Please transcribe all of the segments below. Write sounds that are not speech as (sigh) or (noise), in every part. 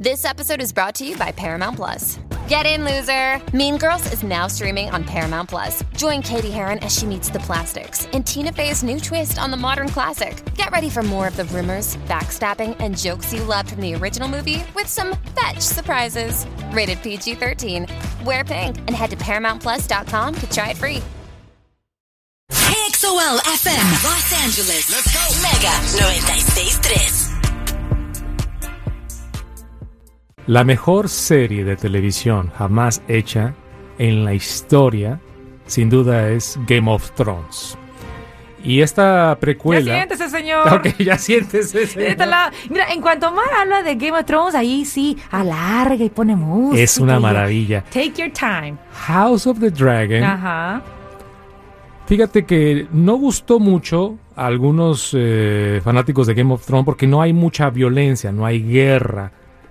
This episode is brought to you by Paramount Plus. Get in, loser! Mean Girls is now streaming on Paramount Plus. Join Katie Heron as she meets the plastics in Tina Fey's new twist on the modern classic. Get ready for more of the rumors, backstabbing, and jokes you loved from the original movie with some fetch surprises. Rated PG 13. Wear pink and head to ParamountPlus.com to try it free. KXOL FM, Los Angeles. Mega 963. La mejor serie de televisión jamás hecha en la historia, sin duda, es Game of Thrones. Y esta Ya precuela. (laughs) siéntese, señor. Ok, ya siéntese, señor. Esta la- Mira, en cuanto más habla de Game of Thrones, ahí sí, alarga y pone música. Es una y- maravilla. Take your time. House of the Dragon. Ajá. Fíjate que no gustó mucho a algunos eh, fanáticos de Game of Thrones porque no hay mucha violencia, no hay guerra,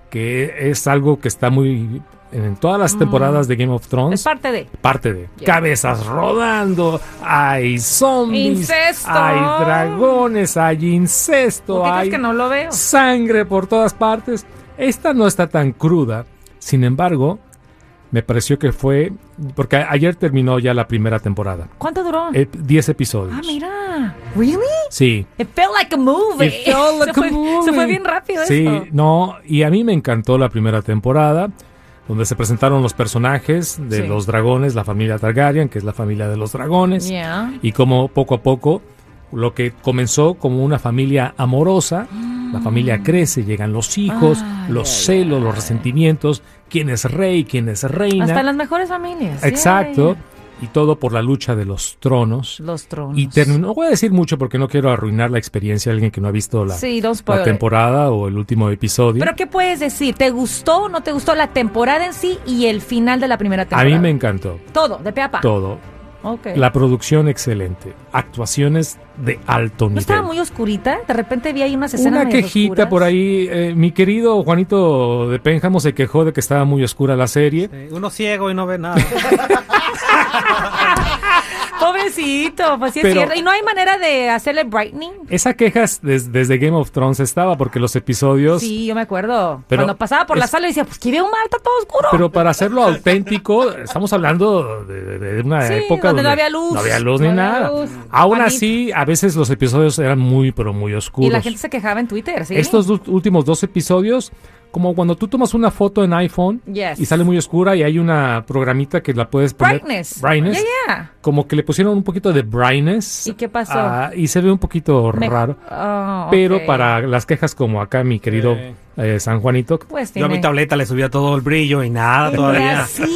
que es algo que está muy en todas las temporadas de Game of Mm. Es Thrones. parte de. parte de Ya. cabezas rodando, hay zombies, Incesto. hay dragones, hay incesto, ¿Por qué hay crees que no lo veo? sangre por todas partes. Esta no está tan cruda, sin embargo, me pareció que fue porque a- ayer terminó ya la primera temporada, ¿Cuánto duró? eh, 10 episodios. ah, mira. ¿Really? Sí. It felt like a movie. It felt like (laughs) se, fue, a movie. se fue bien rápido Sí, eso. no, y a mí me encantó la primera temporada, donde se presentaron los personajes de Sí. los dragones, la familia Targaryen, que es la familia de los dragones, Yeah. y cómo poco a poco lo que comenzó como una familia amorosa, la Mm. familia crece, llegan los hijos, Ah, los ya, celos, ya. los resentimientos, quién es rey, quién es reina. Hasta las mejores familias. Exacto. Yeah. Y todo por la lucha de los tronos. Los tronos. Y terminó, no voy a decir mucho porque no quiero arruinar la experiencia de alguien que no ha visto la, Sí, don't spoil la it. temporada o el último episodio. Pero ¿qué puedes decir? ¿Te gustó o no te gustó la temporada en sí y el final de la primera a temporada? mí me encantó Todo, de pe a pa. todo. Ok. La producción excelente, actuaciones de alto nivel. ¿No estaba muy oscurita? De repente vi ahí unas escenas Una medio quejita oscuras. por ahí. eh, mi querido Juanito de Pénjamo se quejó de que estaba muy oscura la serie. Eh, uno ciego y no ve (laughs) nada. Pobrecito, pues sí es Pero- cierto. ¿Y no hay manera de hacerle brightening? Esa queja es des- desde Game of Thrones estaba porque los episodios... Sí, yo me acuerdo. Pero Cuando pasaba por la es- sala decía, pues que veo mal, está todo oscuro. Pero para hacerlo auténtico, estamos hablando de, de- de una Sí, época donde no había luz, no había luz no ni había nada. luz. Aún Juanito. así, a veces los episodios eran muy, pero muy oscuros. y la gente se quejaba en Twitter, ¿sí? Estos dos- últimos dos episodios, como cuando tú tomas una foto en iPhone Yes. y sale muy oscura y hay una programita que la puedes poner. Brightness. Brightness. Yeah, yeah. Como que le pusieron un poquito de brightness. ¿Y qué pasó? ah, y se ve un poquito Me- raro. Oh, Pero ok. para las quejas como acá mi querido Sí. eh, San Juanito. Pues Yo a mi tiene- tableta le subía todo el brillo y nada Ni todavía. así,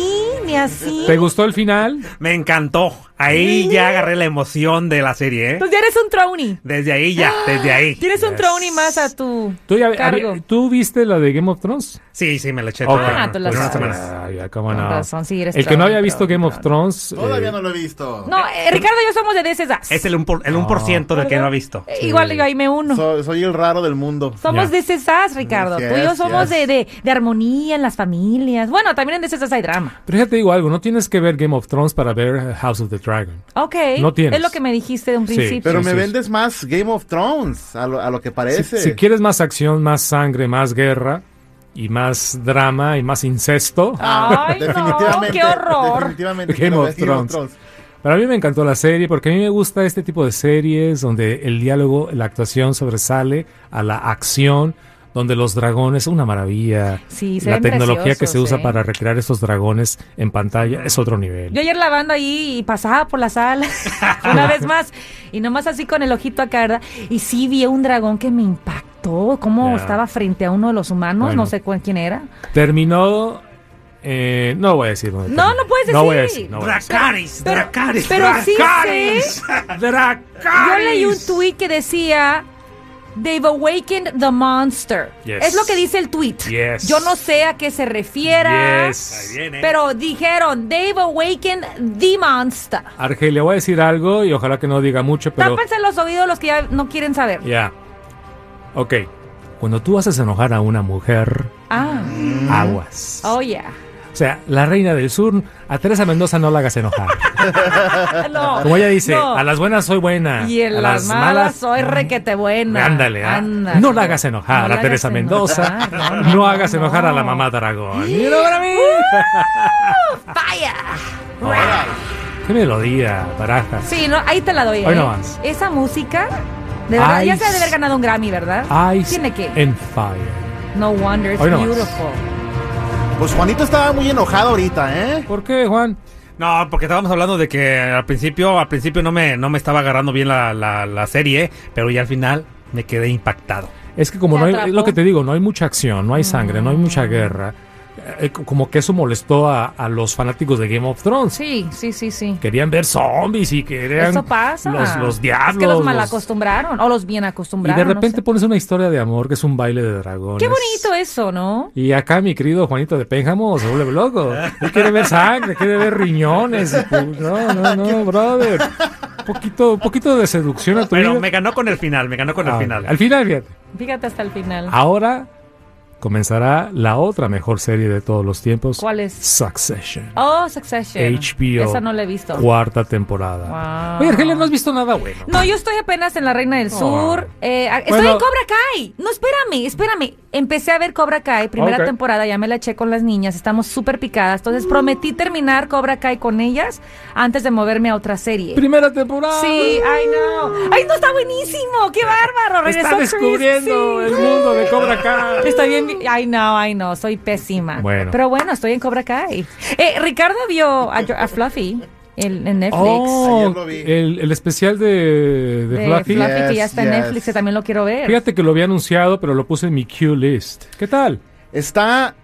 ni así. ¿Te gustó el final? Me encantó. Ahí ya agarré la emoción de la serie, ¿eh? Pues ya eres un Trony. Desde ahí ya, desde ahí. Tienes un Yes. Trony más a tu ¿Tú, ya- cargo. había- ¿Tú viste la de Game of Thrones? Sí, sí, me la eché Ok. toda Ah, tú la en una sabes. semana. Ay, ay, cómo Con no. razón, sí eres el que no troll, había visto troll, Game of troll. Thrones. Todavía eh, no lo he visto. No, eh, Ricardo y yo somos de esas. Es el 1% el 1% del que no ha visto. Ah. Eh, Igual yo ahí me uno. So- soy el raro del mundo. Somos Ya. de esas, Ricardo. Tú y yo Yes, somos de, yes. de, de armonía en las familias. Bueno, también en de esas hay drama. Pero ya te digo algo, no tienes que ver Game of Thrones para ver eh, House of the Dragon. Ok. No tienes. Es lo que me dijiste de un Sí, principio. Pero Sí, me sí, vendes más Game of Thrones, a lo, a lo que Si, parece. si quieres más acción, más sangre, más guerra y más drama y más incesto. Ah, Ay, no, definitivamente. qué horror. Definitivamente. Game quiero of ver Thrones. Para mí me encantó la serie porque a mí me gusta este tipo de series donde el diálogo, la actuación sobresale a la acción, donde los dragones, una maravilla. Sí, se la ven tecnología que se preciosos, usa ¿eh? para recrear esos dragones en pantalla es otro nivel. Yo ayer lavando ahí y pasaba por la sala (laughs) una vez más y nomás así con el ojito acá, ¿verdad? Y sí vi un dragón que me impactó, cómo Ya. estaba frente a uno de los humanos, Bueno. no sé cuál- quién era. Terminó. eh, no voy a decir dónde No, terminó. no puedes No voy a decir. decir. no voy a decir. Dracaris, Pero- Dracaris. pero sí Dracaris. sé. Yo Dracaris. leí un tweet que decía They've awakened the monster. Yes. Es lo que dice el tweet. Yes. Yo no sé a qué se refiera. Yes. Ahí viene. Pero dijeron They've awakened the monster. Argelia, voy a decir algo y ojalá que no diga mucho, pero. Tápense los oídos los que ya no quieren saber. Ya. Ok. Cuando tú haces enojar a una mujer, Ah, aguas. (laughs) oh yeah. O sea, la reina del sur, a Teresa Mendoza no la hagas enojar. No, Como ella dice, (laughs) no. a las buenas soy buena. Y en a las, malas, soy requete buena. Ándale, ah. ándale. no la hagas enojar No a la Teresa hagas Mendoza. enojar, (laughs) no, hagas enojar a la mamá Dragón. ¡Y para mí! Uh. Órale. ¡Qué melodía, barajas! Sí, no, ahí te la doy. Hoy ¿eh? no más. Esa música, de verdad, ya Ice. se ha de haber ganado un Grammy, ¿verdad? Ice Tiene que. and Fire. No wonder, it's Hoy no más. beautiful. Pues Juanito estaba muy enojado ahorita, ¿eh? ¿Por qué, Juan? No, porque estábamos hablando de que al principio, al principio no me, no me estaba agarrando bien la, la, la serie, pero ya al final me quedé impactado. Es que como Te no hay, atrapó. es lo que te digo, no hay mucha acción, no hay sangre, no hay mucha guerra. eh, co- como que eso molestó a, a los fanáticos de Game of Thrones. Sí, sí, sí, sí. Querían ver zombies y querían Eso pasa. los, los diablos. Es que los los- mal acostumbraron, o los bien y acostumbraron. de no repente sé. pones una historia de amor que es un baile de dragones. Qué bonito ¿eh? eso, ¿no? Y acá mi querido Juanito de Pénjamo se vuelve loco. Él quiere ver sangre, quiere ver riñones. y pu- No, no, (laughs) no, brother. Un poquito, un poquito de seducción Pues a tu Pero vida. me ganó con el final, me ganó con Ah, el final. Al final, fíjate. Fíjate hasta el final. Ah, Ahora comenzará la otra mejor serie de todos los tiempos. ¿Cuál es? Succession. Oh, Succession. HBO. Esa no la he visto. Cuarta temporada. Wow. Oye, Argelia, no has visto nada bueno. No, yo estoy apenas en la Reina del Oh. Sur. eh, a- estoy Bueno. en Cobra Kai. No, espérame, espérame. Empecé a ver Cobra Kai, primera Ok. temporada, ya me la eché con las niñas, estamos súper picadas. Entonces prometí Mm. terminar Cobra Kai con ellas antes de moverme a otra serie. Primera temporada. Sí, I know. ¡Ay, no, está buenísimo! ¡Qué bárbaro! ah, Regresó Está Chris, descubriendo sí. el mundo de Cobra Kai. Estoy bien. I know, I know. Soy pésima. Bueno. Pero bueno, estoy en Cobra Kai. Eh, Ricardo vio a, Jo- a Fluffy en, en Netflix. Oh, Ayer lo vi. el, el especial de, de de Fluffy. Fluffy, que Yes, ya está en yes. Netflix, que también lo quiero ver. Fíjate que lo había anunciado, pero lo puse en mi queue list. ¿Qué tal? Está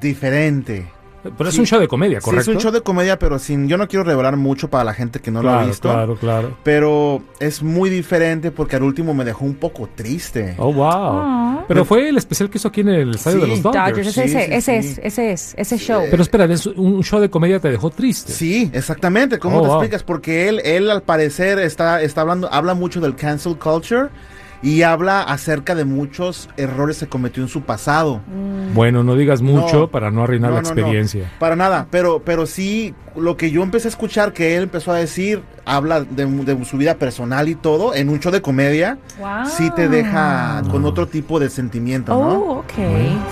diferente. Pero es Sí. un show de comedia, Sí, ¿correcto? es un show de comedia, pero sin. Yo no quiero revelar mucho para la gente que no claro, lo ha visto. Claro, claro. Pero es muy diferente porque al último me dejó un poco triste. Oh, wow. Ah. Pero fue el especial que hizo aquí en el estadio Sí, de los Dodgers, Dodgers. ese, Sí, sí, ese sí. es, ese es, ese show. Pero espera, es un show de comedia te dejó triste. Sí, exactamente. ¿Cómo Oh, te wow. explicas? Porque él, él al parecer está, está hablando, habla mucho del cancel culture y habla acerca de muchos errores que cometió en su pasado. Bueno, no digas mucho No. para no arruinar No, Mm. la no, no, experiencia. para nada, pero, pero sí, lo que yo empecé a escuchar que él empezó a decir, habla de, de su vida personal y todo, en un show de comedia, Wow. sí te deja con otro tipo de sentimiento, ¿no? Oh, ok.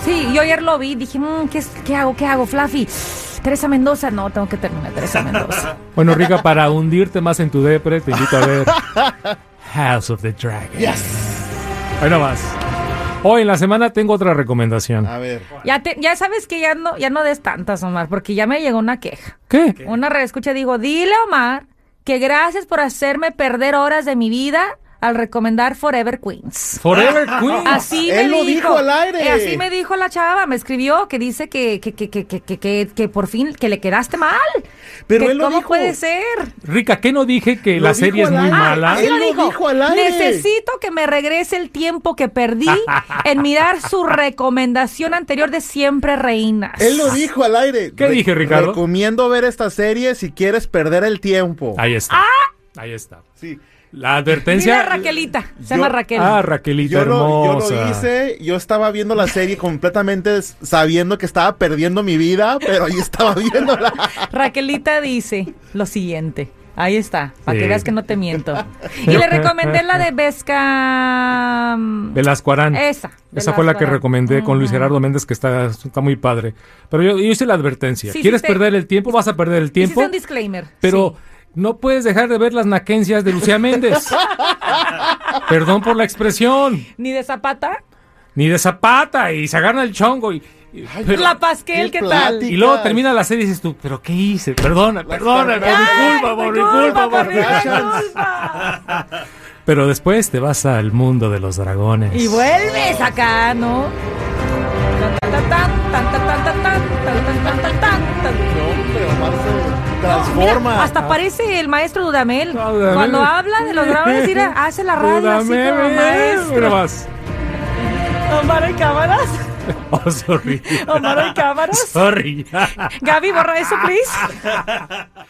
Sí, yo ayer lo vi, dije, "Mm, ¿qué, es- ¿qué hago? ¿Qué hago? Fluffy, Teresa Mendoza. No, tengo que terminar Teresa (laughs) Mendoza. Bueno, Rica, para hundirte más en tu depre, te invito a ver House of the Dragon. Ahí nomás. Hoy en la semana tengo otra recomendación. Ah, A ver. ya, te- ya sabes que ya no, ya no des tantas, Omar, porque ya me llegó una queja. ¿Qué? Una reescucha, digo, dile a Omar que gracias por hacerme perder horas de mi vida al recomendar Forever Queens. Forever Ah, Queen. Así Él me lo dijo al aire. Eh, así me dijo la chava, me escribió que dice que, que, que, que, que, que, que- que por fin que le quedaste mal. Pero Que él lo ¿Cómo dijo. puede ser? Rica, ¿qué no dije que Lo la dijo serie es al muy aire. mala? Ah, Así Ah, Él lo dijo al aire. Necesito que me regrese el tiempo que perdí en mirar (laughs) su recomendación anterior de Siempre Reinas. Él lo dijo al aire. ¿Qué dije, Ricardo? Recomiendo ver esta serie si quieres perder el tiempo. Ahí está. Ah. Ahí está. Sí. La Dile advertencia. a Raquelita. Se Yo- llama Raquel. Ah, Raquelita Yo lo, yo hermosa. lo hice, yo estaba viendo la serie completamente s- sabiendo que estaba perdiendo mi vida, pero ahí estaba viéndola. Raquelita dice lo siguiente. Ahí está, para Sí. que veas que no (laughs) te miento. Y le recomendé la de Vesca. mm, De las Cuarán. Esa, de Esa fue la que Lascuarán. recomendé con Luis Gerardo Méndez, que está, está muy padre. Pero yo, yo hice la advertencia. Sí, ¿Quieres sí, te- perder el tiempo? Vas a perder el tiempo. Hiciste un disclaimer. Pero sí. no puedes dejar de ver las naquencias de Lucía (laughs) Méndez. Perdón por la expresión. Ni de Zapata. Ni de Zapata. Y se agarra el chongo. Y, y- pero- la Pasquel, ¿qué qué tal? plati- y luego termina la serie y dices tú, ¿pero qué hice? Perdona, perdona, por Ay, mi culpa, por mi culpa, por mi por mi culpa. Pero después te vas al mundo de los dragones. Y vuelves acá, ¿no? Tan, tan, tan, tan, tan, tan, tan, tan, tan, tan, tan. Mira, Transforma. hasta parece el maestro Dudamel. Ah, Dudamel. Cuando habla de los (laughs) dragones, mira, hace la radio así Dame, como mira maestro. más. Omar en cámaras. Oh, sorry. (laughs) Omar en cámaras. Sorry. Gaby, borra eso, please.